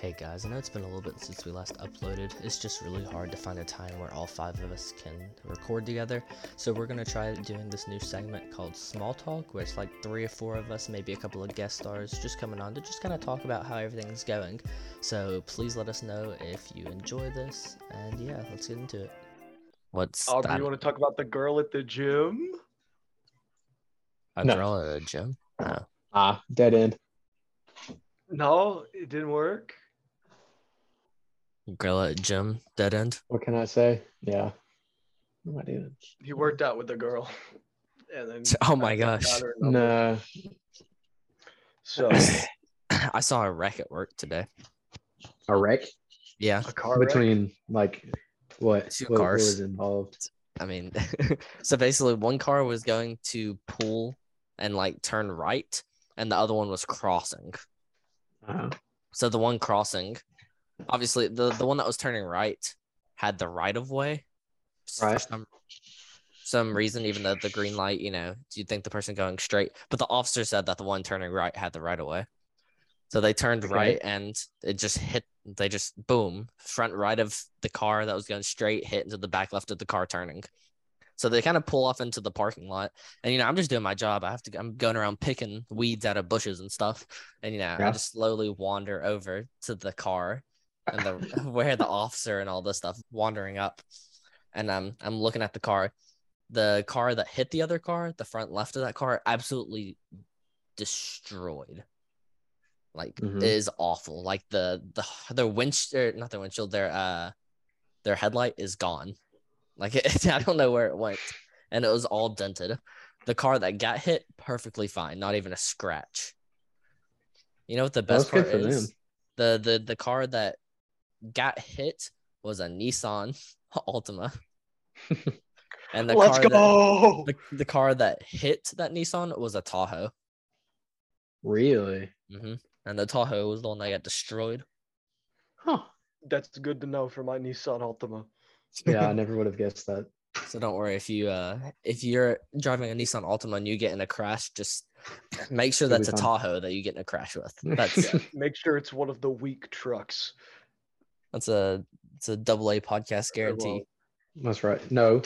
Hey guys, I know it's been a little bit since we last uploaded. It's just really hard to find a time where all five of us can record together. So we're gonna try doing this new segment called Small Talk, where it's like three or four of us, maybe a couple of guest stars, just coming on to just kind of talk about how everything's going. So please let us know if you enjoy this, and yeah, let's get into it. What's Aubrey, that? Oh, you want to talk about the girl at the gym? A No. girl at a gym? Ah, dead end. No, it didn't work. Girl at a gym? Dead end? What can I say? Yeah. What am I doing? He worked out with the girl, and then Oh my got gosh. her number. No. So I saw a wreck at work today. A wreck Yeah, a car wreck? between like what, Two what, what cars. was involved? I mean, so basically, one car was going to pull and like turn right, and the other one was crossing. Uh, So the one crossing, obviously, the the one that was turning right had the right of way. S- for Right. Some, some reason, even though the green light, you know, you'd think the person going straight, but the officer said that the one turning right had the right of way. So they turned Okay. right and it just hit. They just boom, front right of the car that was going straight hit into the back left of the car turning. So they kind of pull off into the parking lot, and you know I'm just doing my job. I have to. I'm going around picking weeds out of bushes and stuff, and you know I Yeah. just slowly wander over to the car, and the where the officer and all this stuff wandering up, and um I'm looking at the car, the car that hit the other car, the front left of that car, absolutely destroyed. Like Mhm. it is awful. Like the the the windshield, not their windshield, their uh their headlight is gone. Like it, I don't know where it went, and it was all dented. The car that got hit perfectly fine, not even a scratch. You know what the That's best good part for is? them. The the the car that got hit was a Nissan Altima, and the Let's car that- go. the, the car that hit that Nissan was a Tahoe, really? hmm and the Tahoe was the one that got destroyed. Huh. That's good to know for my Nissan Altima. Yeah, I never would have guessed that. So don't worry if you uh if you're driving a Nissan Altima and you get in a crash, just make sure It'll be that's a fun. Tahoe that you get in a crash with. That's Make sure it's one of the weak trucks. that's a it's a double A podcast Very well. guarantee. That's right. No.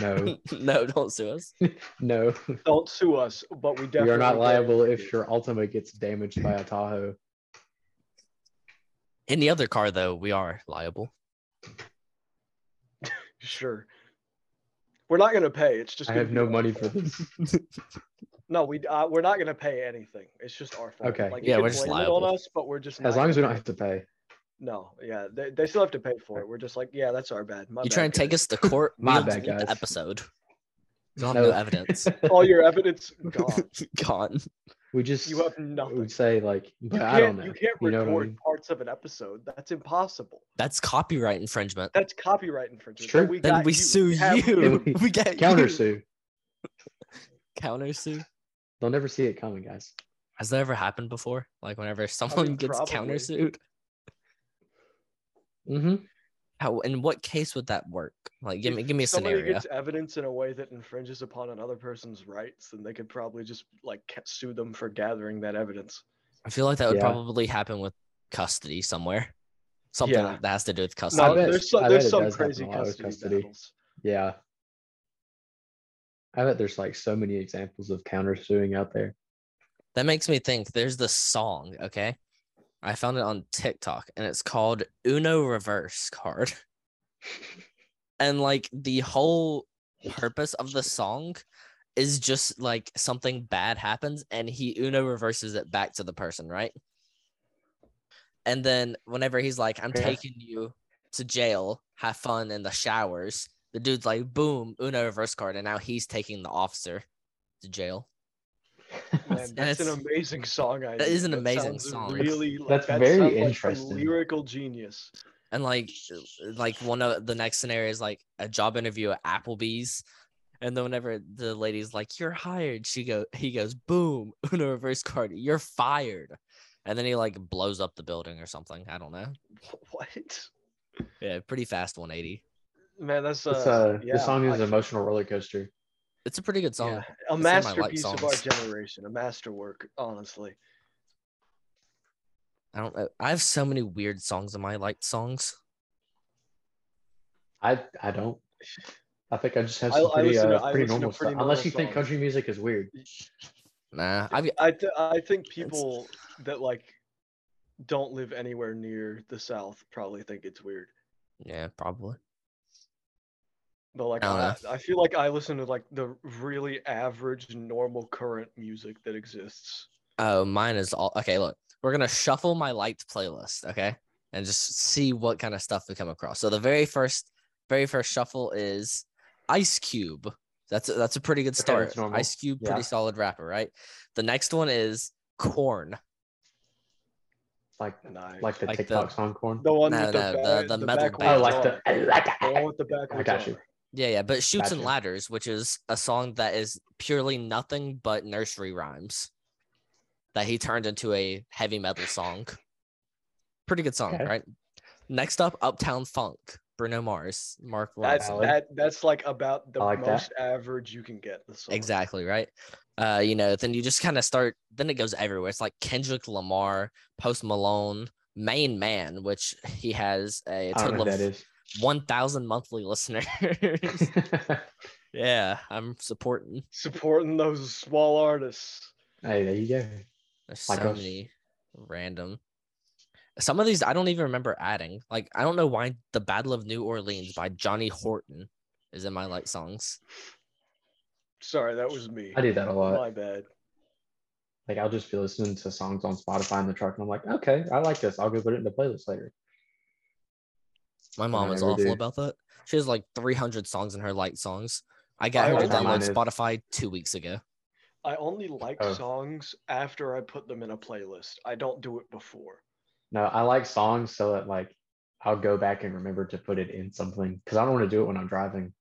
No. no, don't sue us. No. Don't sue us, but we definitely You're not liable guarantee if your Ultima gets damaged by a Tahoe. In the other car though, we are liable. sure. We're not gonna pay. It's just I gonna have be no our money fault. for this. No, we uh, we're not gonna pay anything. It's just our fault. Okay. Like, Yeah, you can we're just blame it liable. on us, but we're just As not long as we gonna don't pay. have to pay. No, yeah, they, they still have to pay for it. We're just like, yeah, that's our bad. My you bad, try and take guys. us to court, we My don't bad, delete the guys. episode. You don't have No. no evidence. all your evidence gone. Gone. We just You have we nothing. would say like, You but can't, I don't know. you can't You know what I record mean? parts of an episode. That's impossible. That's copyright infringement. That's copyright infringement. True. Then we, then got we you. sue have you. you. we get Counter you. sue. Counter sue. They'll never see it coming, guys. Has that ever happened before? Like whenever someone gets probably. countersued? Mm-hmm. How in what case would that work? Like give me give me a somebody scenario. gets evidence in a way that infringes upon another person's rights, then they could probably just like ca- sue them for gathering that evidence. I feel like that would Yeah. probably happen with custody somewhere. Something Yeah. like that has to do with custody. No, bet- there's some, I bet there's it some does happen crazy a lot with custody, custody. battles. Yeah. I bet there's like so many examples of counter suing out there. That makes me think there's this song, okay? I found it on TikTok and it's called Uno Reverse Card. and like the whole purpose of the song is just like something bad happens and he Uno reverses it back to the person, right? And then whenever he's like, I'm Yeah. taking you to jail, have fun in the showers, the dude's like, boom, Uno reverse card. And now he's taking the officer to jail. Man, it's- that's an amazing song idea. is an amazing sounds song. Really, like, That's that very sounds like some interesting. lyrical genius. And like, uh, like one of the next scenario is like a job interview at Applebee's, and then whenever the lady's like, "You're hired," she go, he goes, "Boom!" Uno reverse card, "You're fired," and then he like blows up the building or something. I don't know. What? Yeah, pretty fast 180. Man, that's uh, It's, uh, yeah, the song is I- an emotional roller coaster. It's a pretty good song. Yeah, a my light masterpiece of our songs. generation, a masterwork, honestly. I don't know. I have so many weird songs in my liked songs. I I don't. I think I just have I- some I pretty, listen to- I uh, pretty listen to normal pretty stuff. normal Unless you think songs. country music is weird. Nah, I've I th- I think people that like don't live anywhere near the South probably think it's weird. yeah, probably. But like I, I I feel like I listen to like the really average normal current music that exists. Oh, mine is all okay. Look, we're gonna shuffle my liked playlist, okay, and just see what kind of stuff we come across. So the very first, very first shuffle is Ice Cube. That's a, that's a pretty good Okay, start. that's normal. Ice Cube, pretty Yeah. solid rapper, right? The next one is Corn. Like Nice. like the Like the- TikTok song corn. the one No, with the, no, the- ba- the the metal I band. backwards like the R. I like it. the one with the backwards got you. R. Yeah, yeah, but Shoots and Gotcha. Ladders, which is a song that is purely nothing but nursery rhymes that he turned into a heavy metal song. Pretty good song, Okay. right? Next up, Uptown Funk, Bruno Mars, Mark That's Ronson. Valid. that that's like about the I like that. most average you can get. The song. Exactly, right? Uh, you know, then you just kind of start, then it goes everywhere. It's like Kendrick Lamar, Post Malone, Main Man, which he has a I don't know total who that of is. 1,000 monthly listeners. yeah, I'm supporting. Supporting those small artists. hey, there you go. There's Like so us. many random. Some of these I don't even remember adding. Like I don't know why the Battle of New Orleans by Johnny Horton is in my like songs. Sorry, that was me. I do that a lot. My bad. Like I'll just be listening to songs on Spotify in the truck, and I'm like, okay, I like this. I'll go put it in the playlist later. My mom is never awful do. about that. She has like 300 songs in her like songs. I got I her to always- download Mine is- Spotify two weeks ago. I only like Oh. songs after I put them in a playlist. I don't do it before. No, I like songs so that like I'll go back and remember to put it in something because I don't want to do it when I'm driving.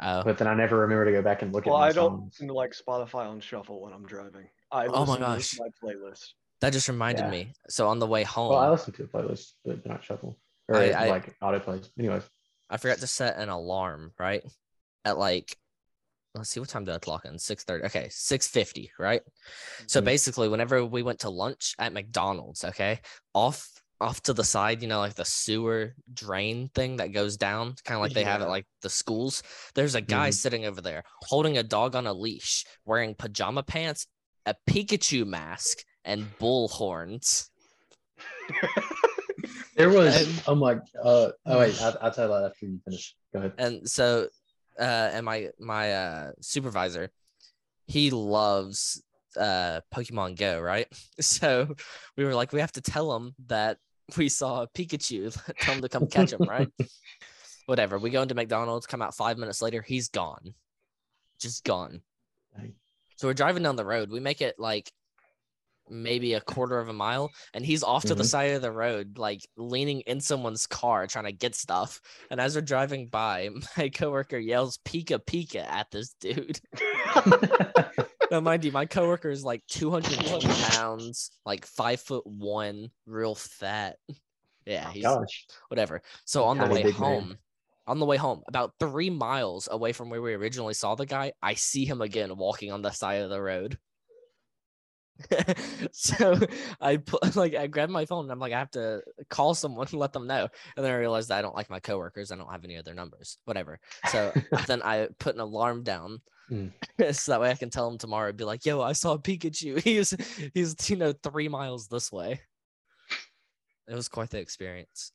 Oh, But then I never remember to go back and look well, at my I don't songs. listen to like Spotify on shuffle when I'm driving. I Oh my listen gosh. to my playlist. that just reminded Yeah. me. So on the way home, Well, I listen to a playlist, but not shuffle or Oh. I- I- like auto plays. Anyways, I forgot to set an alarm, right? At like, let's see, what time did I clock in? Six thirty. Okay, six fifty, right? So Mhm. basically, whenever we went to lunch at McDonald's, okay, off off to the side, you know, like the sewer drain thing that goes down, kind of like they have at Yeah. like the schools. There's a guy Mhm. sitting over there holding a dog on a leash, wearing pajama pants, a Pikachu mask, and bull horns. there And- was. I'm like, uh, oh wait, I, I'll tell you that after you finish. Go ahead. and so uh and my my uh supervisor he loves uh pokemon go right so we were like we have to tell him that we saw a pikachu tell him to come catch him right whatever we go into mcdonald's come out five minutes later he's gone just gone Dang. so we're driving down the road we make it like maybe a quarter of a mile and he's off to the Mhm. side of the road like leaning in someone's car trying to get stuff and as we're driving by, my coworker yells "Pika Pika" at this dude. now, mind you, my coworker is like 220 pounds, like five foot one, real fat. Yeah, Oh, he's Gosh, whatever. So on the Tiny way big man. home, on the way home, about three miles away from where we originally saw the guy, I see him again walking on the side of the road. so I put like I grabbed my phone and I'm like I have to call someone and let them know. And then I realized that I don't like my coworkers. I don't have any of their numbers. Whatever. So then I put an alarm down. Mm. so that way I can tell him tomorrow. Be like, "Yo, I saw Pikachu. He's he's you know three miles this way." It was quite the experience.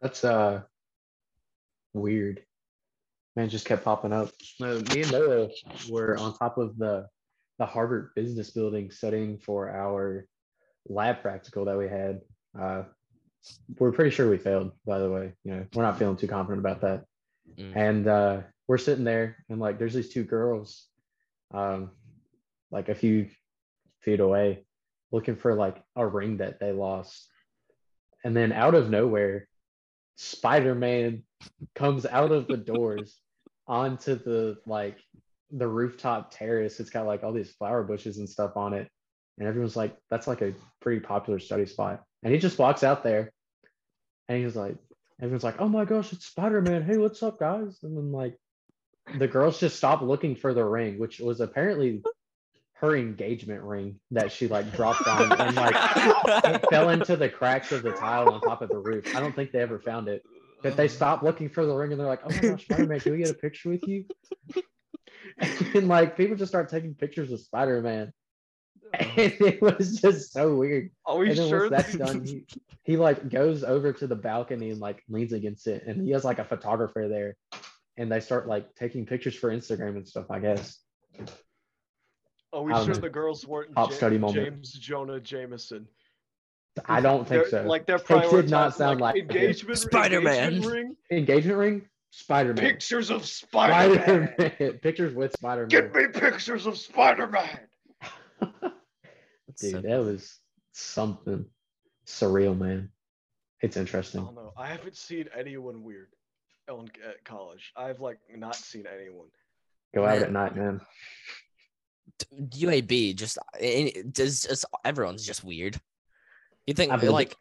that's uh weird. Man, just kept popping up. No, me and Noah were on top of the the Harvard Business Building studying for our lab practical that we had. Uh, we're pretty sure we failed, by the way. You know, we're not feeling too confident about that. Mm. And uh, we're sitting there, and like, there's these two girls, um, like a few feet away, looking for like a ring that they lost. And then out of nowhere, Spider Man comes out of the doors onto the like the rooftop terrace. It's got like all these flower bushes and stuff on it. And everyone's like, that's like a pretty popular study spot. And he just walks out there and he was like, everyone's like, oh my gosh, it's Spider Man. Hey, what's up, guys? And then like the girls just stopped looking for the ring, which was apparently her engagement ring that she like dropped on and like it fell into the cracks of the tile on top of the roof. I don't think they ever found it. But they stopped looking for the ring and they're like, oh my gosh, Spider Man, can we get a picture with you? And like people just start taking pictures of Spider Man. And it was just so weird. Oh. Are we and then sure? once that's done, he, he like goes over to the balcony and like leans against it, and he has like a photographer there, and they start like taking pictures for Instagram and stuff. I guess Are we I don't sure know. the girls weren't Pop Ja- study moment. James Jonah Jameson? I don't think They're- so. Like they're It did not prioritizing, sound like- engagement, Spider-Man. engagement ring, Engagement ring, Spider Man, pictures of Spider Spider-Man. Man, pictures with Spider Get Man. me pictures of Spider-Man. Dude, So- that was something surreal, man. It's Oh. I Um, interesting. don't know. I haven't seen anyone weird on at college. I've like not seen anyone. Go out Man. at night, man. UAB just any- does just everyone's just weird. You think I believe it. like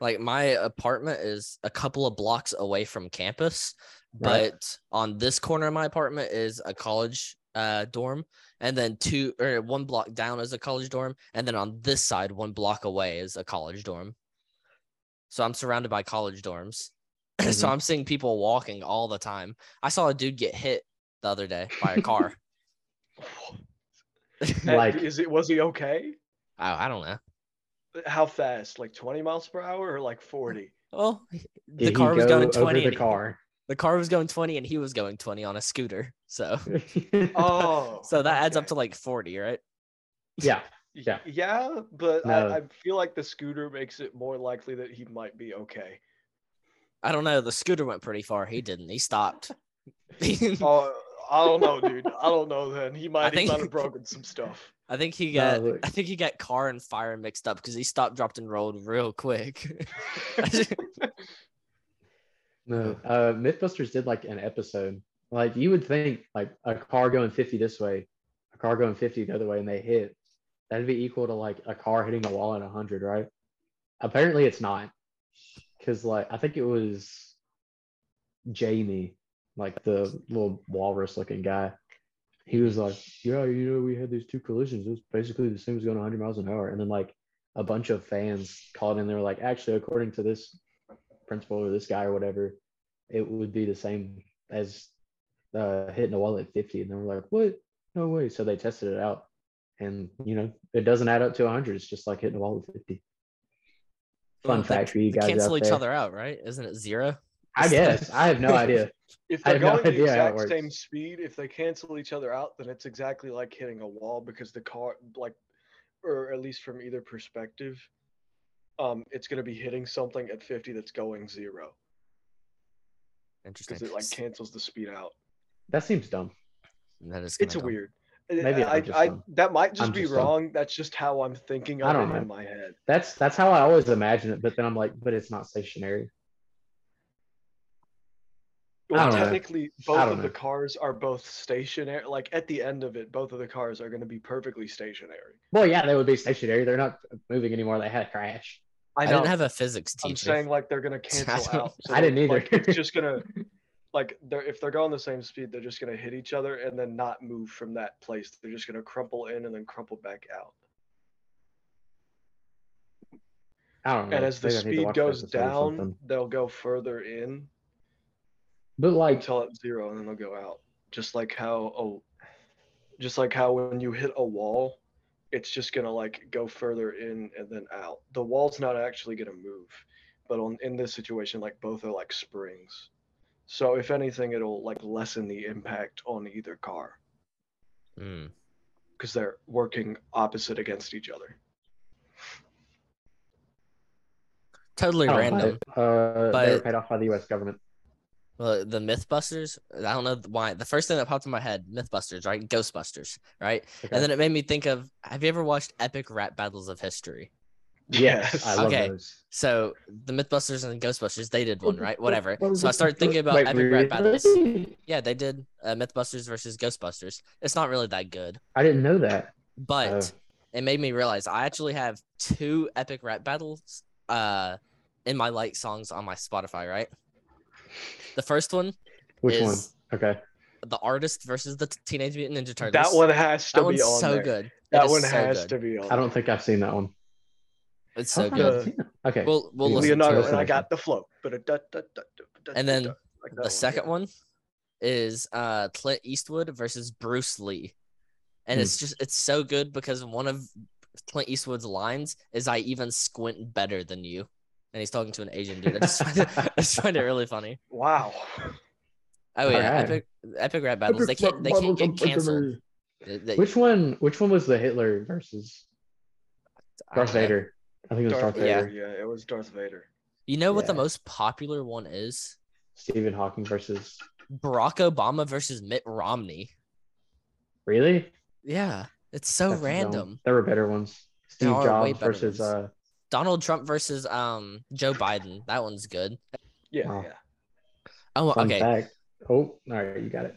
like my apartment is a couple of blocks away from campus, Right? but on this corner of my apartment is a college uh, dorm, and then two or one block down is a college dorm, and then on this side, one block away is a college dorm. So I'm surrounded by college dorms. so Mhm. I'm seeing people walking all the time. I saw a dude get hit the other day by a car. And Like- is it was he okay? I, I don't know. How fast? Like 20 miles per hour or like 40? Well, Did the he car was go going over 20. the and- car. the car was going 20 and he was going 20 on a scooter. So Oh. so that adds up okay. to like 40, right? yeah, Yeah. Yeah. Yeah, but No. I, I feel like the scooter makes it more likely that he might be okay. I don't know. The scooter went pretty far. He didn't. He stopped. I Oh, I don't know, dude. I don't know. Then he might, think- he might have broken some stuff. think he No, got look. I think he got car and fire mixed up because he stopped, dropped, and rolled real quick. No, uh, MythBusters did like an episode. Like you would think, like a car going fifty this way, a car going fifty the other way, and they hit. That'd be equal to like a car hitting a wall at hundred, right? Apparently, it's not, because like I think it was Jamie, like the little walrus-looking guy. He was like, "Yeah, you know, we had these two collisions. It was basically the same as going 100 miles an hour." And then like a bunch of fans called in. They were like, "Actually, according to this principal or this guy or whatever, it would be the same as uh, hitting a wall at 50. And they were like, what? No way. So they tested it out. And, you know, it doesn't add up to 100. It's just like hitting a wall at 50. Fun Well, they- fact for you They guys. cancel out each there. other out, right? Isn't it zero? I guess. I have no idea. If I they're have no going the idea how it exact works. same speed, if they cancel each other out, then it's exactly like hitting a wall because the car, like, or at least from either perspective, um, it's going to be hitting something at 50 that's going zero Interesting. because it like cancels the speed out. That seems dumb. that is It's kinda dumb. weird. eh, Maybe I, I'm just I, dumb. that might just I'm be just dumb. wrong. That's just how I'm thinking of I don't it in know. my head. That's that's how I always imagine it, but then I'm like, but it's not stationary. I Well, don't know. technically, I both don't of the know. cars are both stationary. Like at the end of it, both of the cars are going to be perfectly stationary. Well, yeah, they would be stationary. They're not moving anymore. They had a crash. I didn't have a physics I'm teacher. saying like they're going to cancel don't- out. I didn't like, either. it's just going to like they're if they're going the same speed, they're just going to hit each other and then not move from that place. They're just going to crumple in and then crumple back out. I don't know. And as the Maybe I need to speed watch that goes episode or down, something. they'll go further in but like, until it's zero and then they'll go out just like how oh just like how when you hit a wall it's just gonna like go further in and then out the wall's not actually gonna move but on in this situation like both are like springs so if anything it'll like lessen the impact on either car Mm. because they're working opposite against each other Totally I don't random. know. Uh, they were but- paid off by the U.S. government. Well, the MythBusters. I don't know why. The first thing that popped in my head, MythBusters, right? Ghostbusters, right? Okay. And then it made me think of Have you ever watched Epic Rap Battles of History? Yes, I love Okay. those. So the MythBusters and Ghostbusters, they did one, right? Whatever. What was So I it? started thinking about Wait, Epic Rap really? Battles. Yeah, they did uh, MythBusters versus Ghostbusters. It's not really that good, I didn't know that. but Oh. it made me realize I actually have two Epic Rap Battles uh, in my like songs on my Spotify, right? The first one Which is- one? Okay. the artist versus the t- Teenage Mutant Ninja Turtles. That one has to that one's be on so there. good. It That is one so has good. to be on. I don't think I've seen that one. It's so How I've good. not seen it. Okay. We'll we'll Yeah. listen Leonardo to it. and I got the flow. But it da- da- da- da- da- And da- then da, like that the second one is uh Clint Eastwood versus Bruce Lee. And Hmm. it's just it's so good because one of Clint Eastwood's lines is I even squint better than you. And he's talking to an Asian dude. I just find it, I just find it really funny. Wow. Oh yeah, Alright. epic epic rap battles. They can't they can't get canceled. They- they- Which one? Which one was the Hitler versus I don't Darth know. Vader? I think it was Darth Darth Vader. Vader. Yeah, it was Darth Vader. You know what the Yeah. most popular one is? Stephen Hawking versus Barack Obama versus Mitt Romney. really? Yeah, it's so That's dumb. random. There were better ones. There Steve are way Jobs better versus ones. uh, Donald Trump versus um Joe Biden. That one's good. Yeah, Wow. yeah. Oh, fun okay. fact. Oh, all right, you got it.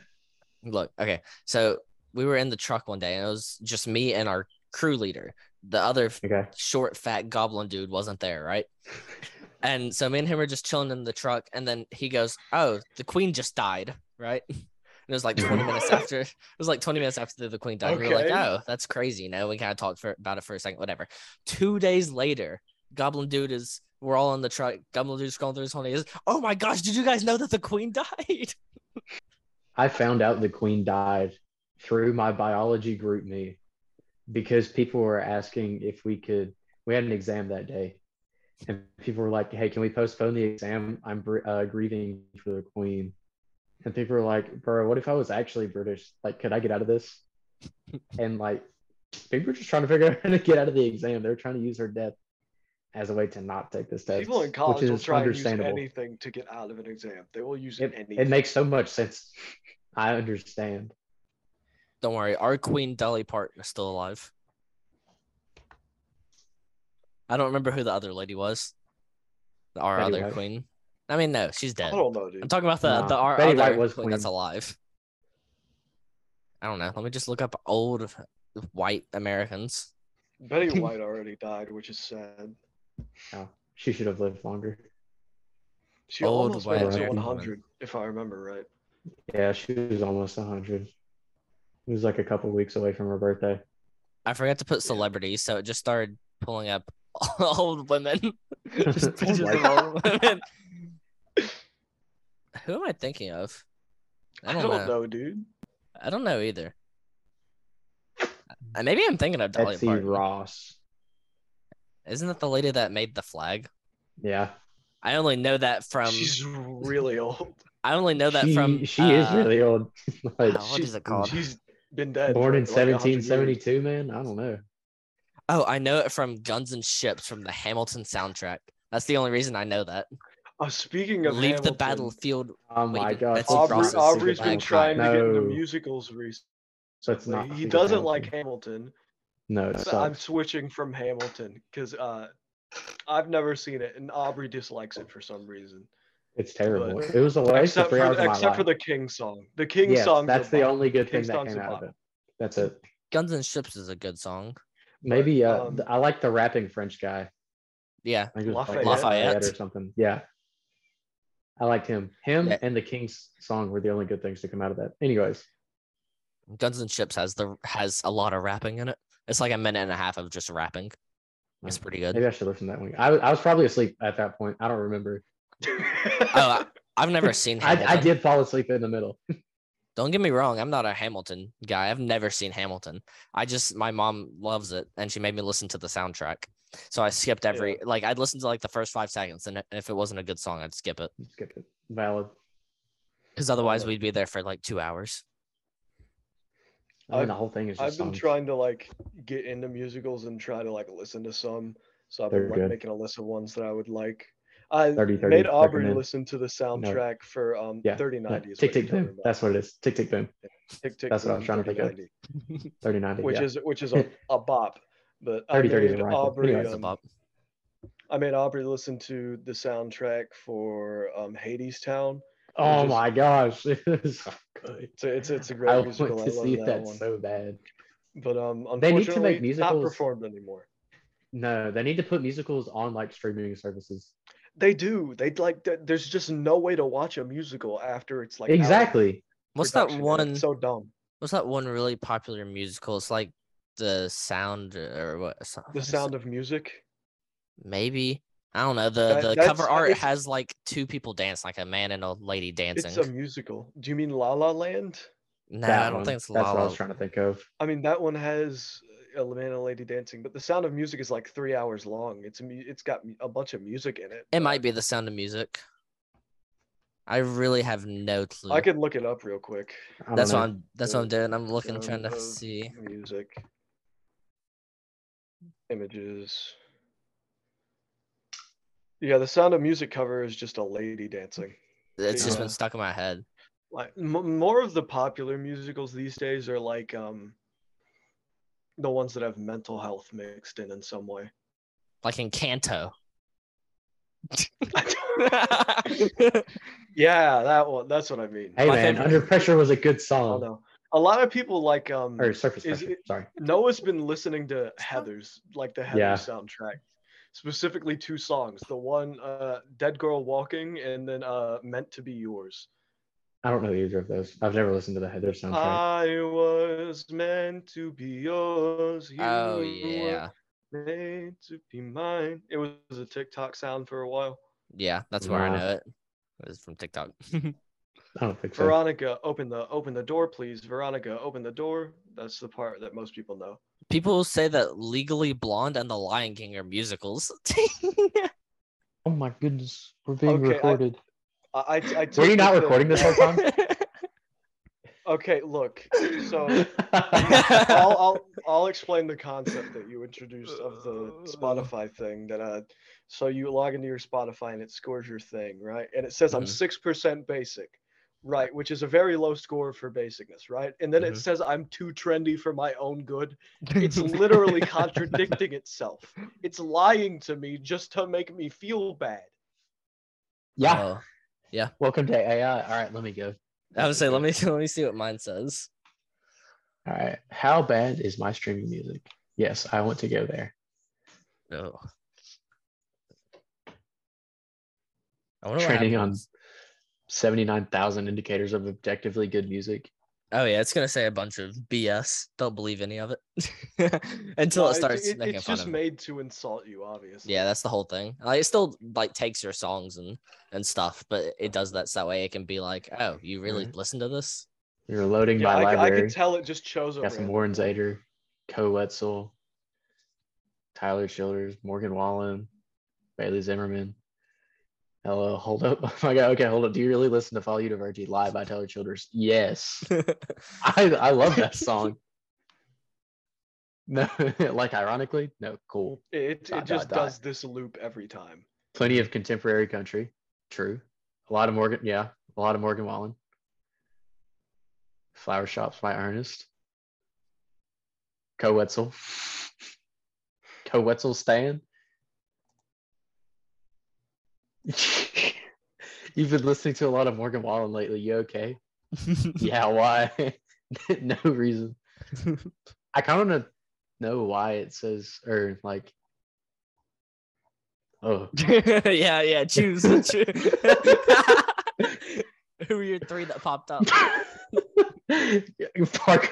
Look, okay. So we were in the truck one day, and it was just me and our crew leader. The other f- Okay. short, fat goblin dude wasn't there, right? And so me and him were just chilling in the truck, and then he goes, "Oh, the queen just died," right? And it was like 20 minutes after. It was like 20 minutes after the queen died. We were like, Okay. "Oh, that's crazy," you know. We kind of talked for, about it for a second, whatever. Two days later, Goblin Dude is. We're all in the truck. Goblin Dude's scrolling through his phone. He goes, "Oh my gosh, did you guys know that the queen died?" I found out the queen died through my biology group me because people were asking if we could. We had an exam that day, and people were like, "Hey, can we postpone the exam? I'm br- uh, grieving for the queen." And people were like, "Bro, what if I was actually British? Like, could I get out of this?" And like, people were just trying to figure out how to get out of the exam. They were trying to use her death as a way to not take this test, People in college which will is try and use understandable. anything to get out of an exam. They will use it, anything. it makes so much sense. I understand. Don't worry, our Queen Dolly Parton is still alive. I don't remember who the other lady was. Our Betty other White. queen. I mean, no, she's I dead. don't know, dude. I'm talking about the Nah, the our Betty other White was queen that's queen. alive. I don't know. Let me just look up old white Americans. Betty White already died, which is sad. Oh, she should have lived longer. She Old almost white made it to American 100, if I remember right. Yeah, she was almost 100. It was like a couple weeks away from her birthday. I forgot to put Yeah. celebrities, so it just started pulling up old women. Oh just pictures my of old women. Who am I thinking of? I don't, know. dude. I don't know either. Uh, Maybe I'm thinking of Dolly Betsy Parton. Ross. Isn't that the lady that made the flag? Yeah. I only know that from She's really old. I only know that she, from she is uh, really old. Wow. like, what She- is it called? She's been dead. born for in like 100 years. 1772, man. I don't know. Oh, I know it from Guns and Ships from the Hamilton soundtrack. That's the only reason I know that. Oh, speaking Leave of the Hamilton, battlefield. Oh my Wait, gosh. Betsy Aubrey, Ross is Aubrey's Superman. been trying to get into No. musicals recently. That's not he Hamilton. doesn't like Hamilton. No, it but I'm sucks. switching from Hamilton because uh, I've never seen it, and Aubrey dislikes it for some reason. It's terrible. But- It was a waste of except three for, hours of my except for life. the King song. The King Yes, song. that's the only good thing King that songs came are out of bop. it. That's it. Guns and Ships is a good song. Maybe uh, um, th- I like the rapping French guy. Yeah. I think it was like Lafayette. Lafayette. Lafayette or something. Yeah. I liked him. Him Yeah. and the King's song were the only good things to come out of that. Anyways, Guns and Ships has the has a lot of rapping in it. It's like a minute and a half of just rapping. It's Wow. pretty good. Mm. maybe I should listen to that one. I, was- I was probably asleep at that point. I don't remember. Oh, I, have never seen I, Hamilton. I did fall asleep in the middle. Don't get me wrong, I'm not a Hamilton guy. I've never seen Hamilton. I just my mom loves it and she made me listen to the soundtrack. So I skipped every like I'd listen to like the first 5 seconds and if it wasn't a good song I'd skip it Skip it. Valid. cuz otherwise Valid. we'd be there for like 2 hours. I mean, I've- the whole thing is just I've been songs. trying to like get into musicals and try to like listen to some. So I've They're been like good. making a list of ones that I would like. I 30, 30, made Aubrey recommend. listen to the soundtrack for um Yeah, 3090. No, is tick what you're tick talking boom. about. That's what it is. Tick tick boom. Tick, tick, that's what I was boom, trying to think of. 3090, 3090. Which yeah. is which is a, a bop. But I 30-30 is made a rifle. Aubrey. Anyways. It's a um, bop. I made Aubrey listen to the soundtrack for um, Hades Town. oh is- my gosh. It is so good. It's a, it's, it's a great I want musical. to I love see that, that, one. so bad. But um, They need to make unfortunately, not musicals- performed anymore. No, they need to put musicals on like streaming services. They do. They like. th- There's just no way to watch a musical after it's like out. exactly. What's that production, and one? it's so dumb. what's that one really popular musical? It's like the sound uh, or what? so- The it's- sound of music. Maybe I don't know. The That- the that's- cover art it's- has like two people dance, like a man and a lady dancing. It's a musical. Do you mean La La Land? no, That I don't one. think it's That's La what I La. was trying to think of. I mean, that one has a man and a lady dancing, but The Sound of Music is like three hours long. It's a mu- it's got mu- a bunch of music in it. It but might be the sound of music. I really have no clue. I can look it up real quick. I that's don't what know. I'm. That's what I'm doing. I'm looking, trying Sound to of see. Music. Images. Yeah, the sound of music cover is just a lady dancing. It's just Yeah. been stuck in my head. Like m- more of the popular musicals these days are like um the ones that have mental health mixed in in some way. Like in Canto. yeah, that one. That's what I mean. Hey My man, favorite- Under Pressure was a good I song. don't know. A lot of people like um Or Surface Is Pressure. Sorry. Noah's been listening to Heather's like the Heather Yeah. soundtrack, specifically two songs. The one uh Dead Girl Walking and then uh Meant to Be Yours. I don't know either of those. I've never listened to the Heather soundtrack. I was meant to be yours. You oh were yeah, made to be mine. It was a TikTok sound for a while. yeah. That's where Nah. I know it. It's from TikTok. I don't think so. Veronica, open the open the door, please. Veronica, open the door. That's the part that most people know. People say that Legally Blonde and The Lion King are musicals. oh my goodness, we're being Okay, I- recorded. I, I, I Were you took not the- recording this whole time? Okay, look. So I'll, I'll, I'll I'll explain the concept that you introduced of the Spotify thing that uh so you log into your Spotify and it scores your thing, right? And it says I'm Mhm. six percent basic, right? Which is a very low score for basicness, right? And then it Mhm. says I'm too trendy for my own good. It's literally contradicting itself. It's lying to me just to make me feel bad. yeah. Oh, Welcome to AI. All right, let me go. I would say let me let me see what mine says. All right. How bad is my streaming music? Yes, I want to go there. No. I wonder what Training on- happens. Seventy-nine thousand indicators of objectively good music. Oh yeah, it's gonna say a bunch of BS. Don't believe any of it until No, it starts it- making it's fun just of. it. made to insult you, obviously. Yeah, that's the whole thing. Like, it still like takes your songs and and stuff, but it does that so that way it can be like, oh, you really Mhm. listen to this? You're loading Yeah, my I, I library. could tell it just chose a Got some random- Warren Zader, Co Wetzel, Tyler Childers, Morgan Wallen, Bailey Zimmerman. Hello, hold up. Oh my god, okay, hold up. Do you really listen to Follow You to Vergy live by Tyler Childers? Yes. I, I love that song. No, like ironically, no, cool. It, Dot, it just dot, dot. does this loop every time. Plenty of contemporary country. True. A lot of Morgan, yeah, a lot of Morgan Wallen. Flower Shops by Ernest. Co Wetzel. Co Wetzel Stan. You've been listening to a lot of Morgan Wallen lately. You okay? yeah, why? no reason. I kind of know why it says, or like, oh, yeah, yeah. Choose. choose. Who were your three that popped up? Parker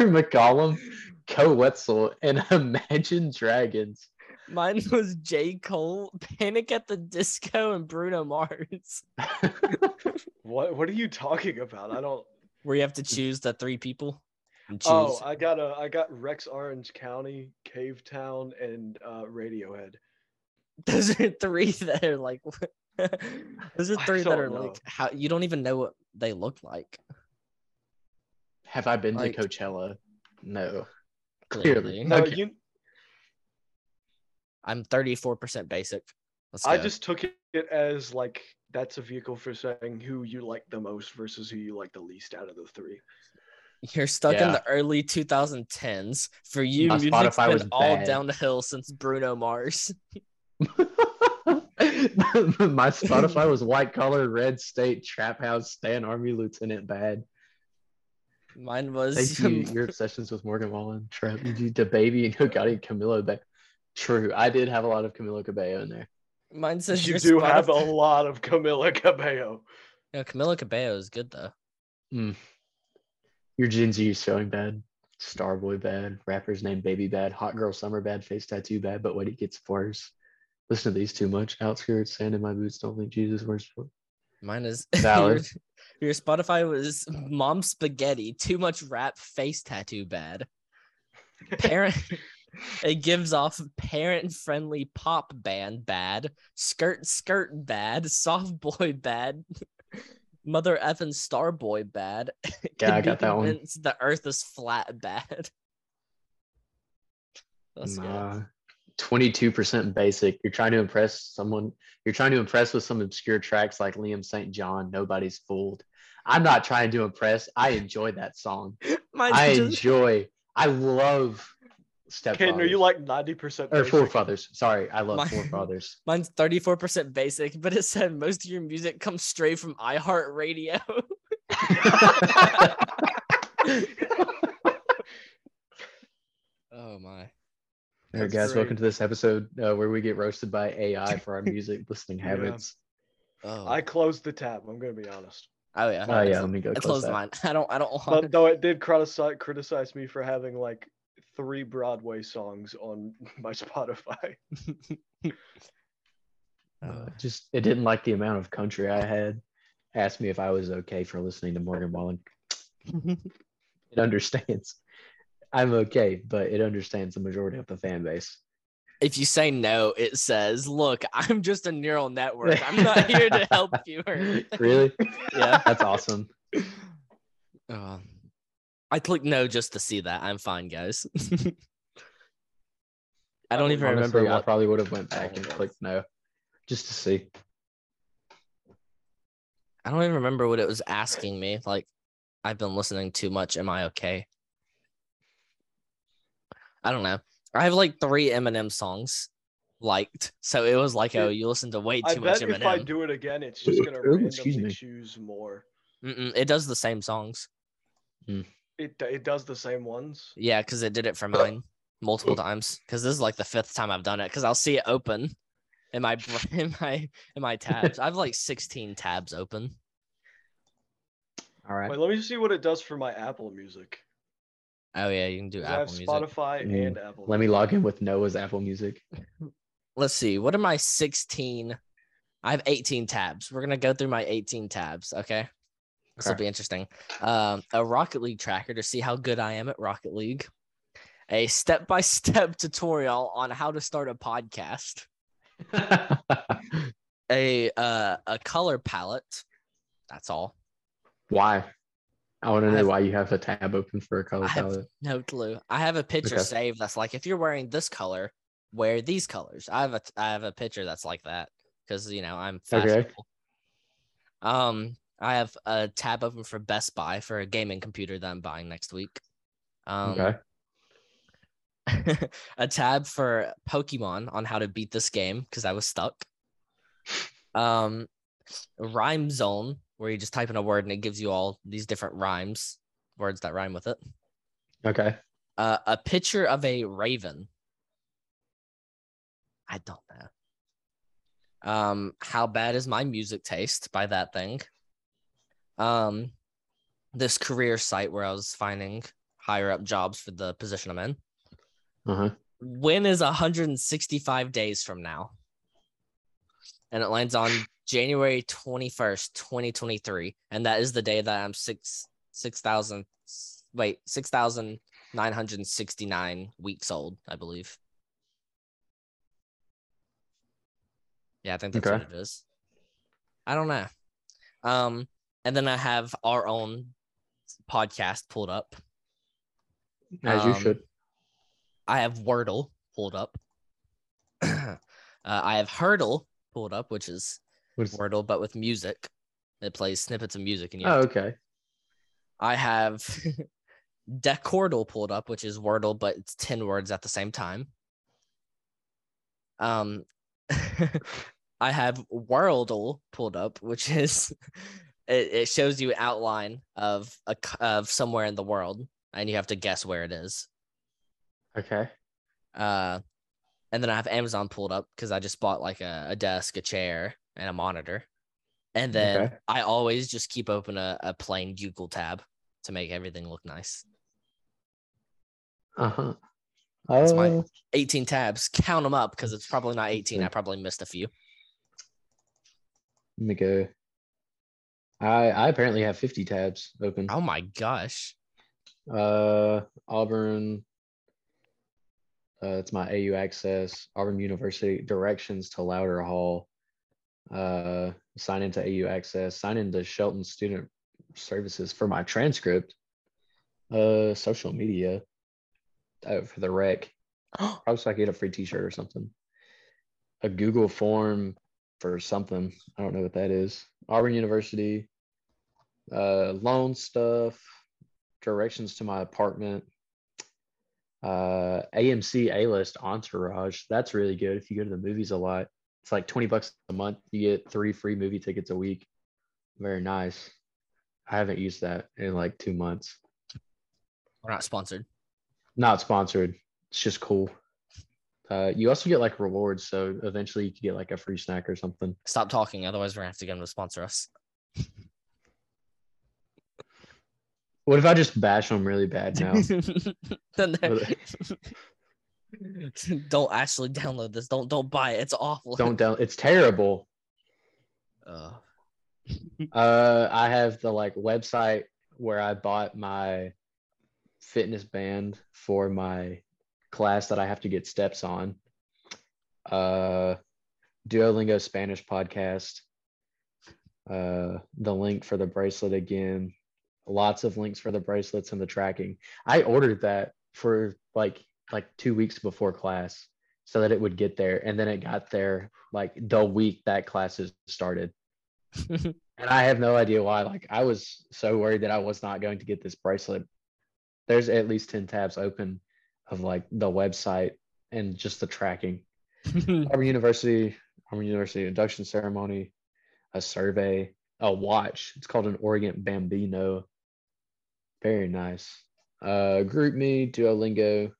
McCollum, Co Wetzel, and Imagine Dragons. Mine was J. Cole, Panic at the Disco, and Bruno Mars. What What are you talking about? I don't. Where you have to choose the three people. and choose. Oh, I got a. I got Rex Orange County, Cave Town, and uh, Radiohead. those are three that are like those are I three that don't are know. like how you don't even know what they look like. Have I been Like- to Coachella? No. Clearly. Clearly. No, Okay. you. I'm 34% basic. Let's I go. just took it as like that's a vehicle for saying who you like the most versus who you like the least out of the three. you're stuck in Yeah. the early 2010s. For you, My music's Spotify been was all bad. downhill since Bruno Mars. My Spotify was white collar, red state, trap house, Stan Army Lieutenant bad. Mine was Thank you. Your obsessions with Morgan Wallen, Trap, you, the baby, and Gotti and Camilo. Ba- True, I did have a lot of Camilo Cabello in there. mine says you your do have a Spotify- lot of Camila Cabello. Yeah, Camila Cabello is good though. Your Gen Z is showing bad. Starboy bad. Rapper's name Baby bad. Hot girl summer bad. Face tattoo bad. But wait, it gets worse. Listen to these too much. Outskirts, sand in my boots. Don't think Jesus works for. Mine is Valid. your, your Spotify was mom spaghetti, too much rap, face tattoo bad. Parent it gives off parent friendly pop band bad, skirt skirt bad, soft boy bad, mother effing star boy bad. Can Yeah, I be got that one. convinced The earth is flat bad. That's good. Nah. 22% basic. You're trying to impress someone. You're trying to impress with some obscure tracks like Liam St. John. Nobody's fooled. I'm not trying to impress. I enjoy that song. Mine's I just- enjoy. I love stepfathers. Caden, are you like 90% or basic? forefathers? Sorry, I love My- forefathers. Mine's 34% basic, but it said most of your music comes straight from iHeartRadio. oh my. All right, That's guys, welcome great. to this episode uh, where we get roasted by AI for our music listening Yeah. habits. Oh, I closed the tab. I'm gonna be honest. oh yeah. Oh yeah, let me go. I close closed that. mine. I don't I don't But want though it did criticize criticize me for having like three Broadway songs on my Spotify. Uh, Oh, just it didn't like the amount of country I had. Asked me if I was okay for listening to Morgan Wallen. it understands. I'm okay, but it understands the majority of the fan base. If you say no, it says, "Look, I'm just a neural network. I'm not here to help you." Or anything." really? Yeah. That's awesome. Oh. I clicked no just to see that. I'm fine, guys. I don't even remember Honestly, I what. probably would have went back song and it was. clicked no, just to see. I don't even remember what it was asking me. Like, I've been listening too much. Am I okay? I don't know. I have like three Eminem songs liked, so it was like, oh, Dude, you listen to way I too much bet if I Eminem. do it again, it's just gonna Ooh, excuse randomly me. choose more. Mm-mm, it does the same songs. It it does the same ones. Yeah, because it did it for mine multiple times. Because this is like the fifth time I've done it. Because I'll see it open in my br- in my in my tabs. I have like sixteen tabs open. All right. Wait, let me see what it does for my Apple Music. Oh yeah, you can do 'Cause I have Apple Music. Spotify Mm, and Apple. Let me Music. log in with Noah's Apple Music. Let's see. What are my sixteen? I have eighteen tabs. We're gonna go through my eighteen tabs. Okay. This will Okay. be interesting. Um, a Rocket League tracker to see how good I am at Rocket League. A step-by-step tutorial on how to start a podcast. a uh, a color palette. That's all. why? I want to know I've- why you have a tab open for a color I have- palette. No clue. I have a picture Okay. saved that's like if you're wearing this color, wear these colors. I have a I have a picture that's like that because you know I'm Okay. fashionable. Um, I have a tab open for Best Buy for a gaming computer that I'm buying next week. Um, okay. a tab for Pokemon on how to beat this game because I was stuck. Um, rhyme zone where you just type in a word and it gives you all these different rhymes, words that rhyme with it. Okay. Uh, a picture of a raven. I don't know. Um, how bad is my music taste by that thing? Um, this career site where I was finding higher up jobs for the position I'm in. Uh huh. when is 165 days from now? And it lands on January 21st, 2023. And that is the day that I'm six, 6,000, wait, 6,969 weeks old, I believe. Yeah, I think that's Okay. what it is. I don't know. Um, and then I have our own podcast pulled up. As you Um, should. I have Wordle pulled up. uh, I have Hurdle pulled up, which is What is- Wordle but with music. It plays snippets of music, and you. Oh, have to- okay. I have Decordle pulled up, which is Wordle but it's ten words at the same time. Um, I have Worldle pulled up, which is it, it shows you outline of a c- of somewhere in the world, and you have to guess where it is. Okay. Uh, and then I have Amazon pulled up because I just bought like a, a desk, a chair, and a monitor. And then Okay. I always just keep open a, a plain Google tab to make everything look nice. Uh huh. That's my- Oh, 18 tabs, count them up because it's probably not 18. I probably missed a few. let me go. I I apparently have 50 tabs open. Oh my gosh. Uh, Auburn. Uh, it's my AU access. Auburn University directions to Louder Hall. Uh, sign into AU access. Sign into Shelton Student Services for my transcript. Uh, social media. Uh, for the rec. Probably so I could get a free T-shirt or something. A Google form for something. I don't know what that is. Auburn University. Uh, loan stuff directions to my apartment. Uh, AMC A List Entourage. That's really good. If you go to the movies a lot, it's like 20 bucks a month. You get three free movie tickets a week. Very nice. I haven't used that in like two months. We're not sponsored. Not sponsored. It's just cool. Uh, you also get like rewards. So eventually you could get like a free snack or something. Stop talking. Otherwise, we're going to have to get them to sponsor us. What if I just bash them really bad now? Then they're- don't actually download this. Don't don't buy it. It's awful. Don't down. It's terrible. Ugh. Uh, I have the like website where I bought my fitness band for my class that I have to get steps on. Uh, Duolingo Spanish podcast. Uh, the link for the bracelet again. Lots of links for the bracelets and the tracking. I ordered that for like like two weeks before class so that it would get there, and then it got there like the week that classes started. And I have no idea why. Like I was so worried that I was not going to get this bracelet. There's at least 10 tabs open of like the website and just the tracking. Auburn University, Auburn University induction ceremony, a survey, a watch. It's called an Oregon Bambino. Very nice. Uh, group me, Duolingo,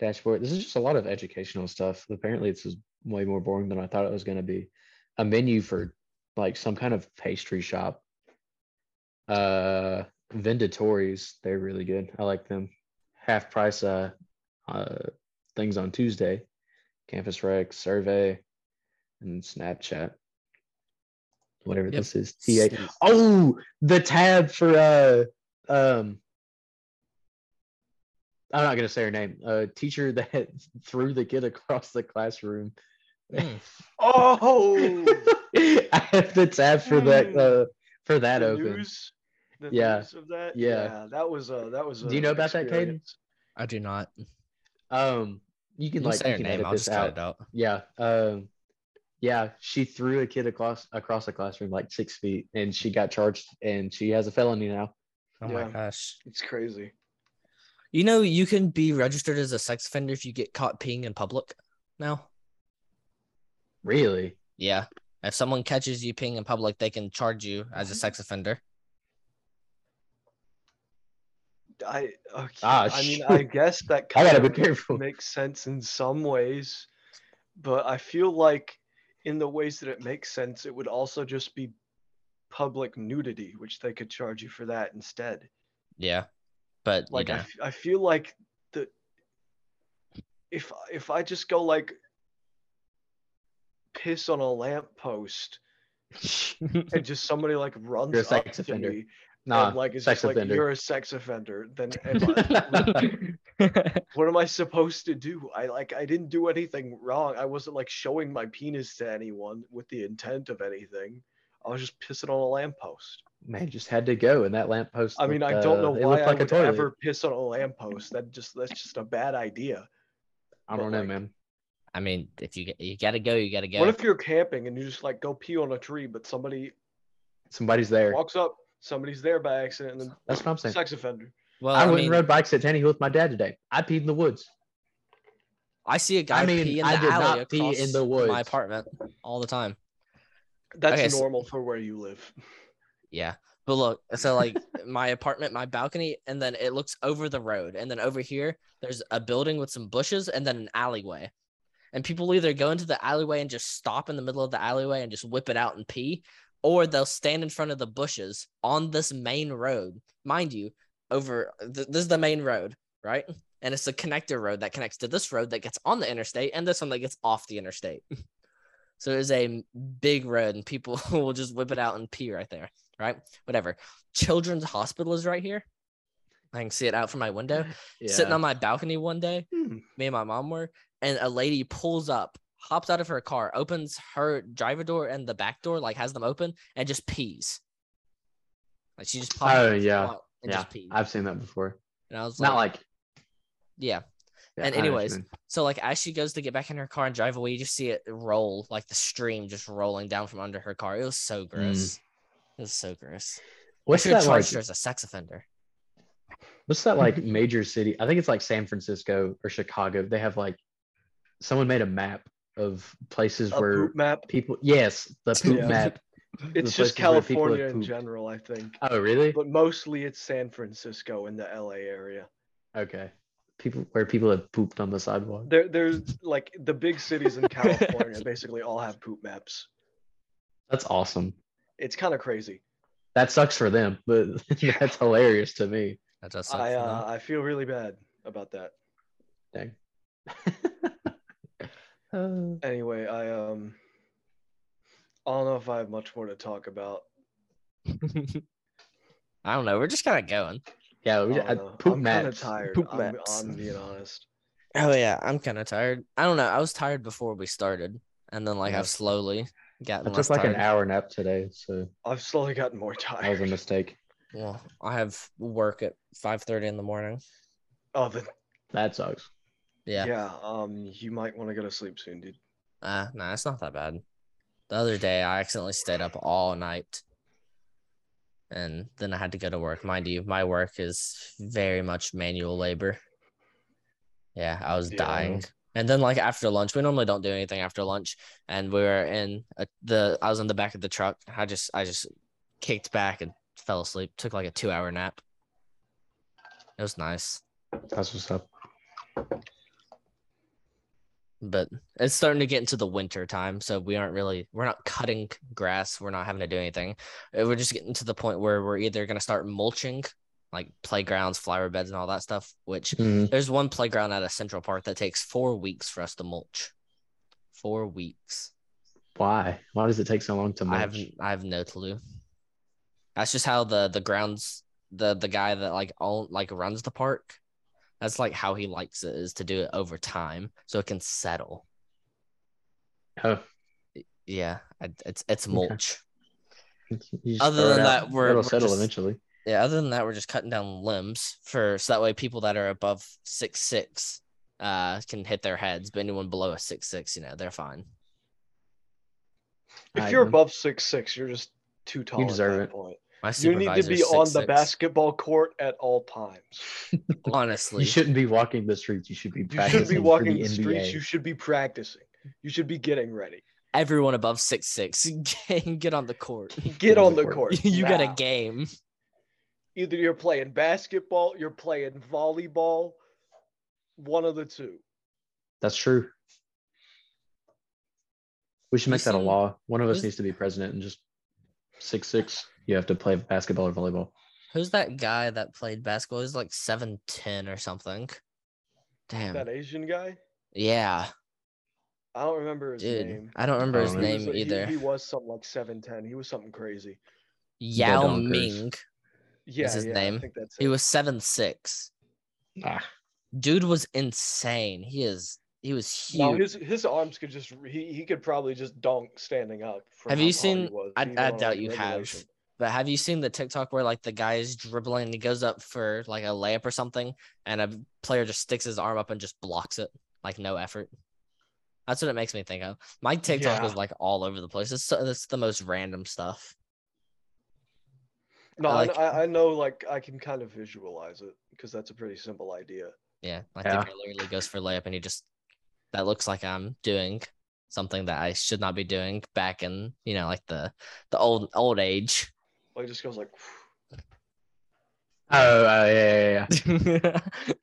dashboard. This is just a lot of educational stuff. Apparently, this is way more boring than I thought it was going to be. A menu for like some kind of pastry shop. Uh, Venditories, they're really good. I like them. Half price uh, uh, things on Tuesday. Campus Rec, Survey, and Snapchat. Whatever Yep. this is. TA. Oh, the tab for uh um I'm not gonna say her name. Uh teacher that threw the kid across the classroom. Mm. Oh, I have the tab for that Hmm. uh for that the open. news, the Yeah. news of that. Yeah. that was a that was. Do a you know about that, Caden? experience. I do not. Um you can You like say you her can name. edit I'll this just cut it out. out. Yeah. Um yeah, she threw a kid across across the classroom like six feet and she got charged and she has a felony now. Oh my Yeah. gosh. It's crazy. You know, you can be registered as a sex offender if you get caught peeing in public now. Really? Yeah. If someone catches you peeing in public, they can charge you as a sex offender. I okay. Ah, I mean, shoot. I guess that I kind gotta of be careful. makes sense in some ways, but I feel like in the ways that it makes sense, it would also just be public nudity, which they could charge you for that instead. Yeah. But like you I know, f I I, feel like the if if i just go like piss on a lamppost and just somebody like runs You're a up sex to offender. me Nah, and like it's sex just like offender. you're a sex offender then am I, what am i supposed to do i like i didn't do anything wrong i wasn't like showing my penis to anyone with the intent of anything i was just pissing on a lamppost Man, just had to go, and that lamppost. I mean, looked, I don't uh, know it why looked I like a would toilet. ever piss on a lamppost. That just that's just a bad idea. I don't but, know, like, man. I mean, if you get, you gotta go, you gotta go. What if you're camping and you just like go pee on a tree, but somebody Somebody's there. walks up, somebody's there by accident, and That's what I'm then saying. sex offender. well, I I, went mean, and rode bikes at Tannehill with my dad today. I peed in the woods. I see a guy I mean, pee in the I did alley not pee in across the woods. my apartment all the time. That's Okay, so- normal for where you live. Yeah. But look, so like my apartment, my balcony, and then it looks over the road. And then over here, there's a building with some bushes and then an alleyway. And people either go into the alleyway and just stop in the middle of the alleyway and just whip it out and pee, or they'll stand in front of the bushes on this main road. Mind you, over th- this is the main road, right? And it's a connector road that connects to this road that gets on the interstate and this one that gets off the interstate. so it's a big road and people will just whip it out and pee right there, right? Whatever. Children's Hospital is right here. I can see it out from my window. Sitting on my balcony one day, Hmm. me and my mom were, and a lady pulls up, hops out of her car, opens her driver door and the back door, like has them open, and just pees. Like she just pops Oh, out yeah. out and yeah, just pees. I've seen that before. and I was It's not like, like. yeah. yeah, And I know what you anyways, mean. So like as she goes to get back in her car and drive away, you just see it roll, like the stream just rolling down from under her car. It was so gross. It was so gross. Mm. I what's should that have like? charged her as a sex offender. What's that like? major city? I think it's like San Francisco or Chicago. They have like, someone made a map of places A where poop map. people. Yes, the poop Yeah. map. It's the just places where people have California in pooped. general, I think. Oh, really? But mostly it's San Francisco and the LA area. Okay. People where people have pooped on the sidewalk. There, there's like the big cities in California basically all have poop maps. That's awesome. It's kind of crazy. That sucks for them, but that's hilarious to me. That does suck I for them. uh, I feel really bad about that. Dang. Anyway, I um, I don't know if I have much more to talk about. I don't know. We're just kind of going. Oh, yeah, I we, I, don't know. poop I'm kind of maps. tired. Poop I'm, maps. I'm being honest. Oh yeah, I'm kind of tired. I don't know. I was tired before we started, and then like Yeah. I've slowly I gotten less took like an tired. hour nap today, so I've slowly gotten more that was a tired. mistake. Well, I have work at five thirty in the morning. Oh, the, That sucks. Yeah. yeah. Um, you might want to go to sleep soon, dude. Uh, no, it's not that bad. The other day, I accidentally stayed up all night, and then I had to go to work. Mind you, my work is very much manual labor. Yeah, I was Yeah. dying. And then, like after lunch, we normally don't do anything after lunch, and we were in a, the. I was in the back of the truck. I just, I just kicked back and fell asleep. Took like a two-hour nap. It was nice, That's what's up. but it's starting to get into the winter time, so we aren't really, we're not cutting grass. We're not having to do anything. Uh, We're just getting to the point where we're either gonna start mulching, like playgrounds, flower beds, and all that stuff, which Mhm. There's one playground at a Central Park that takes four weeks for us to mulch. Four weeks. Why? Why does it take so long to I have match? I have no clue. That's just how the the grounds the the guy that like own like runs the park. That's like how he likes it is to do it over time so it can settle. Oh, Yeah, I- it's it's Okay. mulch. you just Other throw it than out. that, we're- it'll we're settle just- eventually. Yeah, other than that, we're just cutting down limbs for so that way people that are above six six uh can hit their heads, but anyone below a six six, you know, they're fine. If I you're agree. above six six, you're just too tall. deserve at that it. Point. My You need to supervisor's be on the 6'6". basketball court at all times. Honestly, You shouldn't be walking the streets. You should be You should practicing be for walking the the streets. NBA. You should be practicing. You should be getting ready. everyone above six six can get on the court. Get on on the the court. you got a now. game. Either you're playing basketball, you're playing volleyball, one of the two. That's true. We should You make that a seen- law. One of us who's- needs to be president and just six six. You have to play basketball or volleyball. Who's that guy that played basketball? He's like seven ten or something. Damn. That Asian guy? yeah, I don't remember his dude. name. I don't remember I his don't He name was a- he- either. He, was something like 7'10. He was something crazy. Yao donkers. Ming. Yeah, his yeah, name? I think that's it. He was seven six. Ah, Dude was insane. He is. He was huge. No, his his arms could just he, he could probably just dunk standing up. from Have how you tall he seen- was, I- even I on, doubt you have. regulation. But have you seen the TikTok where like the guy is dribbling and he goes up for like a layup or something, and a player just sticks his arm up and just blocks it like no effort? That's what it makes me think of. My TikTok is Yeah. like all over the place. It's so, it's the most random stuff. No, I I, like- I, I know, like I can kind of visualize it because that's a pretty simple idea. Yeah, like Yeah. the guy literally goes for layup and he just that looks like I'm doing something that I should not be doing back in you know like the the old old age. Like it just goes like, oh, oh, yeah, yeah, yeah.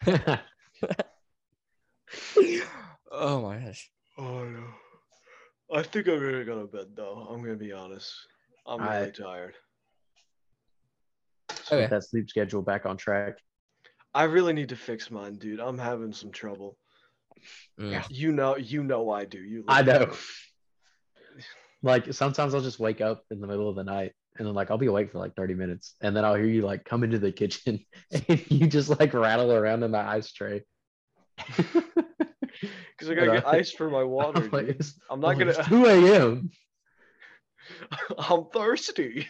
yeah. oh my gosh. oh no. I think I'm gonna go to bed though. I'm gonna be honest. I'm I- really tired. put Okay. that sleep schedule back on track. I really need to fix mine, dude. I'm having some trouble. Mm. Yeah. You know, you know I do. You I live- know. Like sometimes I'll just wake up in the middle of the night and then like I'll be awake for like 30 minutes and then I'll hear you like come into the kitchen and you just like rattle around in the ice tray. Cuz I got to But get I- ice for my water. I'm like, dude. it's- I'm I'm not like, going it's to 2 a.m. I'm thirsty.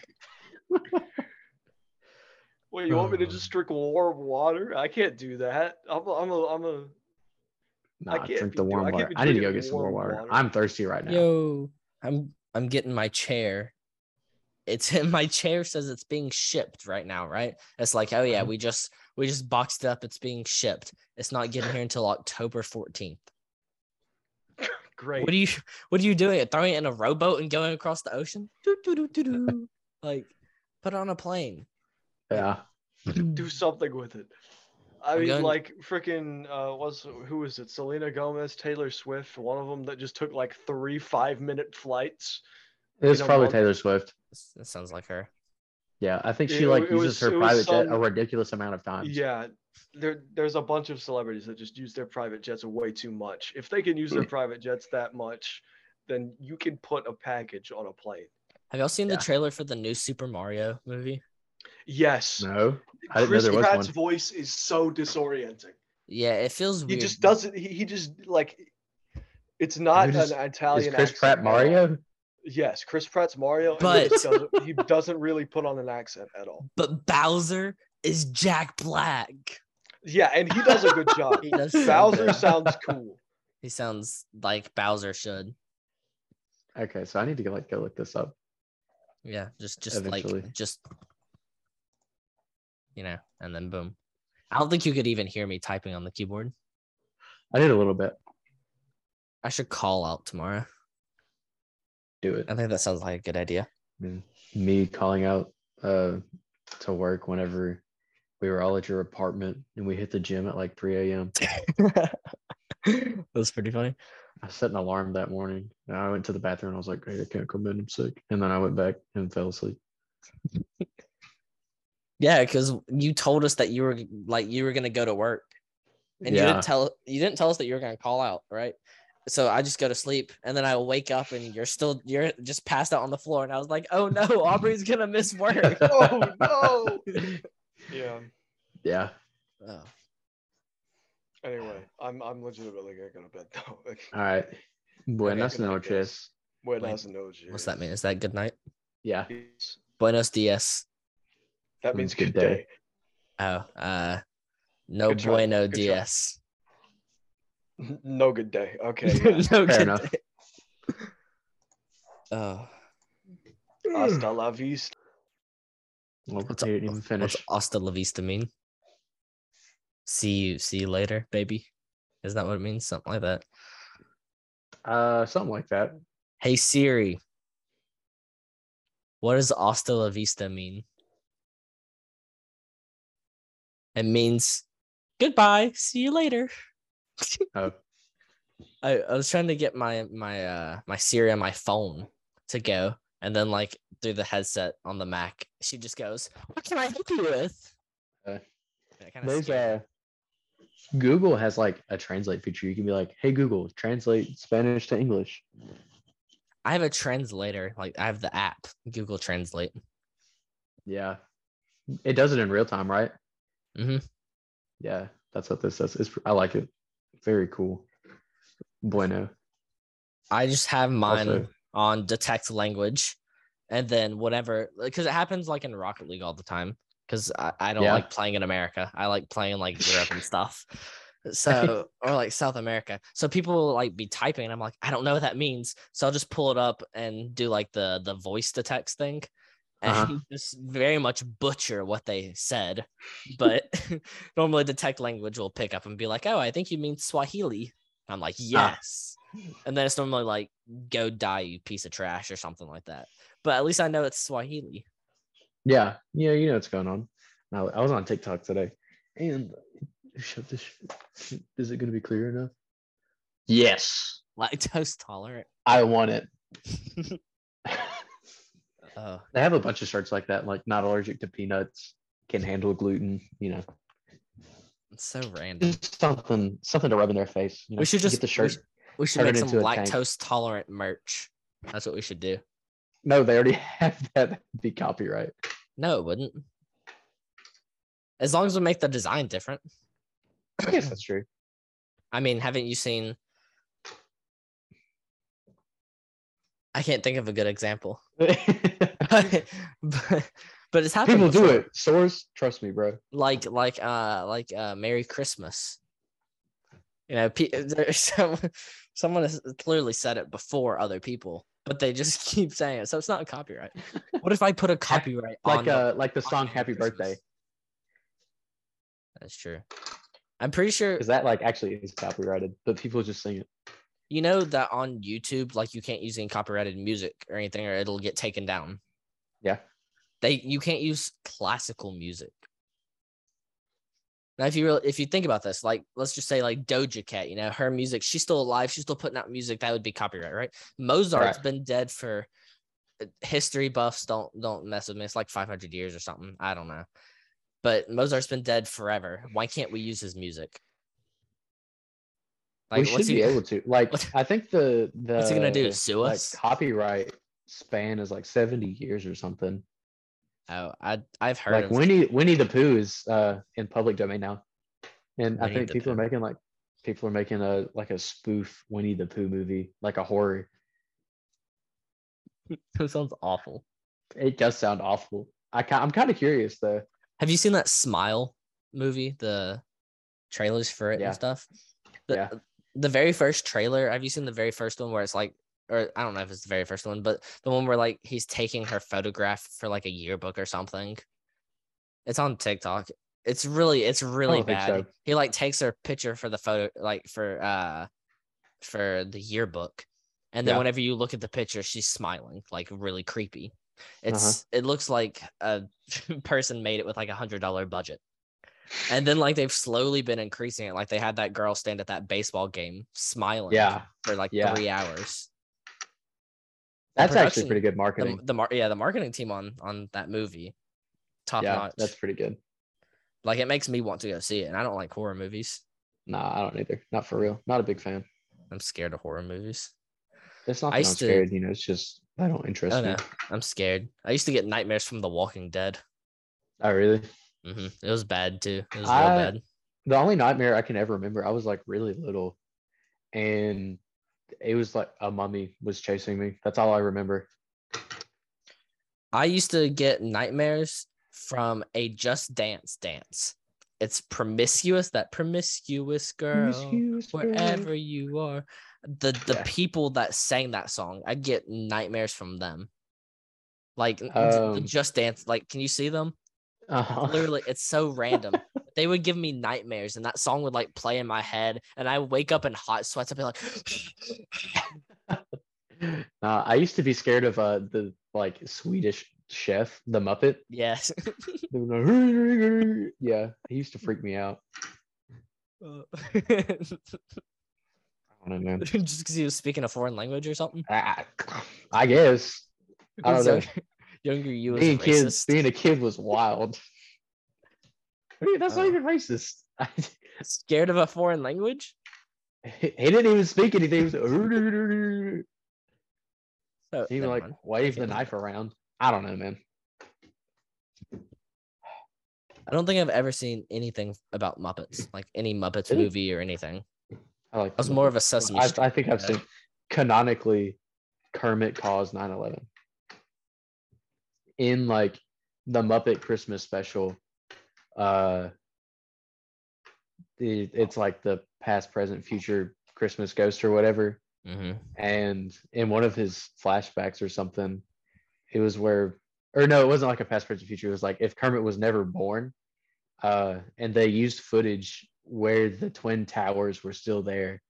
Wait, you want Uh. me to just drink warm water? I can't do that. I'm a, I'm a, I'm a Nah, can't drink be the doing- I warm can't water. be I need to go drinking get some more warm water. water. I'm thirsty right now. Yo, I'm I'm getting my chair. It's in my chair says it's being shipped right now, right? It's like, oh yeah, Um, we just we just boxed it up. It's being shipped. It's not getting here until October 14th. great. What are you what are you doing? Throwing it in a rowboat and going across the ocean? Doo, doo, doo, doo, doo. Like put it on a plane. Yeah. do something with it. I I'm mean, going- like freaking uh, was who was it? Selena Gomez, Taylor Swift, one of them that just took like three five-minute flights. It's You know, probably one- Taylor Swift. That sounds like her. Yeah. I think It- she like it uses was- it her was private jet some- a ridiculous amount of times. Yeah, there, there's a bunch of celebrities that just use their private jets way too much. If they can use Hmm. their private jets that much, then you can put a package on a plane. Have y'all seen Yeah. the trailer for the new Super Mario movie? Yes, No. I didn't know Chris there was Pratt's one. voice is so disorienting. Yeah, it feels He weird. just doesn't. He, he just like. It's not just- an Is Italian. Chris accent at Pratt all. Mario? Yes, Chris Pratt's Mario. and But- he, just doesn't, he doesn't really put on an accent at all. but Bowser is Jack Black. Yeah, and he does a good job. He does so Bowser good. sounds cool. He sounds like Bowser should. Okay, so I need to go like go look this up. Yeah, just just Eventually. like just you know, and then boom. I don't think you could even hear me typing on the keyboard. I did a little bit. I should call out tomorrow. Do it. I think that sounds like a good idea. Me calling out uh to work whenever we were all at your apartment and we hit the gym at like 3 a.m. that was pretty funny. I set an alarm that morning and I went to the bathroom and I was like, Hey, I can't come in, I'm sick. And then I went back and fell asleep. Yeah, because you told us that you were like you were gonna go to work, and you yeah. didn't tell you didn't tell us that you were gonna call out, right? So I just go to sleep, and then I wake up, and you're still you're just passed out on the floor, and I was like, "Oh no, Aubrey's gonna miss work." Oh no. Yeah. yeah. oh, Anyway, I'm I'm legitimately gonna go to bed though. Like, All right. Buenas good night, guys. noches. Wait, Wait, that's a no what's that mean? Is that good night? Yeah. Yes. Buenos dias. That Mm, means good good day. day. Oh, uh, no Good try, bueno good try. dias. No good day. Okay. no good enough. day. Oh, Yeah. Hasta la vista. Well, What's you up- didn't even finish. what's hasta la vista mean? See you, see you later, baby. Is that what it means? Something like that. Uh, something like that. Hey Siri, what does hasta la vista mean? It means goodbye. See you later. Oh, I, I was trying to get my my uh my Siri on my phone to go, and then like through the headset on the Mac, she just goes, "What can I help you with?" Uh, That kinda there's scared me. a Google has like a translate feature. You can be like, "Hey Google, translate Spanish to English." I have a translator, like I have the app Google Translate. Yeah, it does it in real time, right? Mhm. Yeah, that's what this does. It's I like it. Very cool. Bueno. I just have mine Also- on detect language, and then whatever, because it happens like in Rocket League all the time. Because I, I don't Yeah. like playing in America. I like playing like Europe and stuff. So or like South America. So people will like be typing, and I'm like, I don't know what that means. So I'll just pull it up and do like the the voice to text thing, and Uh-huh. just very much butcher what they said. But normally, detect language will pick up and be like, "Oh, I think you mean Swahili." I'm like, "Yes." And then it's normally like, go die, you piece of trash, or something like that. But at least I know it's Swahili. Yeah, yeah, you know what's going on. I, I was on TikTok today, and shut this. sh- Is it going to be clear enough? Yes, Lactose tolerant. I want it. Oh, They have a bunch of shirts like that, like not allergic to peanuts. can handle gluten, you know, It's so random. just something something to rub in their face. You know, We should just- get the we shirt. should- We should Turn make it some into a tank. lactose tolerant merch. That's what we should do. No, they already have that. That'd be copyright. No, it wouldn't. As long as we make the design different. I guess that's true. I mean, haven't you seen? I can't think of a good example, but, but it's happened. People do before. it. Source, trust me, bro. like like uh like uh Merry Christmas. You know, pe- there's some, someone has clearly said it before other people, but they just keep saying it, so it's not copyright. What if I put a copyright on Like the- uh, like the on song Merry "Happy Christmas? Birthday" That's true. I'm pretty sure because that like actually is copyrighted, but people just sing it. you know that on YouTube, like you can't use any copyrighted music or anything, or it'll get taken down. Yeah. They you can't use classical music. Now, if you really, if you think about this, like let's just say like Doja Cat, you know, her music, she's still alive, she's still putting out music that would be copyright, right? Mozart's Right. been dead for uh, history buffs don't don't mess with me. It's like 500 years or something. I don't know. But Mozart's been dead forever. Why can't we use his music? we should what's be he- able to. Like, what- I think the the what's he gonna do, sue like, us? copyright span is like seventy years or something. Oh, I I've heard Like of Winnie Winnie the Pooh is uh in public domain now, and I Winnie think the people Pooh. are making like people are making a like a spoof Winnie the Pooh movie, like a horror. That sounds awful. It does sound awful. I ki- I'm kind of curious though. Have you seen that Smile movie? The trailers for it Yeah. and stuff. The, Yeah. The very first trailer. Have you seen the very first one where it's like, or I don't know if it's the very first one, but the one where like he's taking her photograph for like a yearbook or something. It's on TikTok. It's really, it's really don't think bad. so. He like takes her picture for the photo, like for uh, for the yearbook, and then Yeah. whenever you look at the picture, she's smiling, like really creepy. Uh-huh. It's it looks like a person made it with like a hundred dollar budget. And then like they've slowly been increasing it. Like they had that girl stand at that baseball game smiling Yeah, for like yeah. three hours. The that's production- actually pretty good The, marketing. the mar- yeah, the marketing team on on that movie, top yeah, notch. that's pretty good. Like it makes me want to go see it. And I don't like horror movies. Nah, I don't either. Not for real. Not a big fan. I'm scared of horror movies. It's not I that I'm used to- scared, you know, it's just I don't interest Oh me. no, I'm scared. I used to get nightmares from The Walking Dead. Oh really? hmm It was bad too. It was real I- bad. The only nightmare I can ever remember, I was like really little and it was like a mummy was chasing me. That's all I remember. I used to get nightmares from a Just Dance dance. It's promiscuous, that promiscuous girl, Promiscuous girl. wherever you are. The the Yeah. people that sang that song, I get nightmares from them. Like th- the Um, Just Dance, like can you see them? Uh-huh. Literally, it's so random. they would give me nightmares, and that song would like play in my head, and I would wake up in hot sweats. I'd be like, Nah, I used to be scared of uh the like Swedish chef, the Muppet. yes. They would go, yeah, he used to freak me out. Uh, I don't know. Just because he was speaking a foreign language or something. I, I- I guess I don't Because know. younger- Younger you was being a kids, racist. being a kid was wild. Dude, that's Oh. not even racist. Scared of a foreign language? he he didn't even speak anything. He was like, Oh, he would, never like mind. wave Okay, the never knife around. I don't know, man. I don't think I've ever seen anything about Muppets, like any Muppets Really? movie or anything. I like. I was more of a Sesame I, Street. I think I've guy. seen canonically Kermit caused 9/11 in like the Muppet Christmas special. Uh, it, it's like the past, present, future Christmas ghost or whatever. Mhm. and in one of his flashbacks or something, it was where, or no, it wasn't like a past, present, future. It was like if Kermit was never born, uh, and they used footage where the twin towers were still there.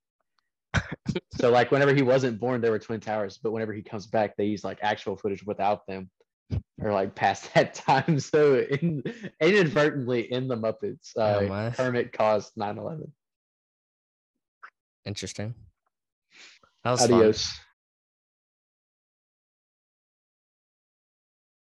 so like whenever he wasn't born, there were twin towers, but whenever he comes back, they use like actual footage without them, or like past that time. So in, inadvertently in the Muppets, uh, Oh, my. Kermit caused 9/11. Interesting. That was fun. Adios.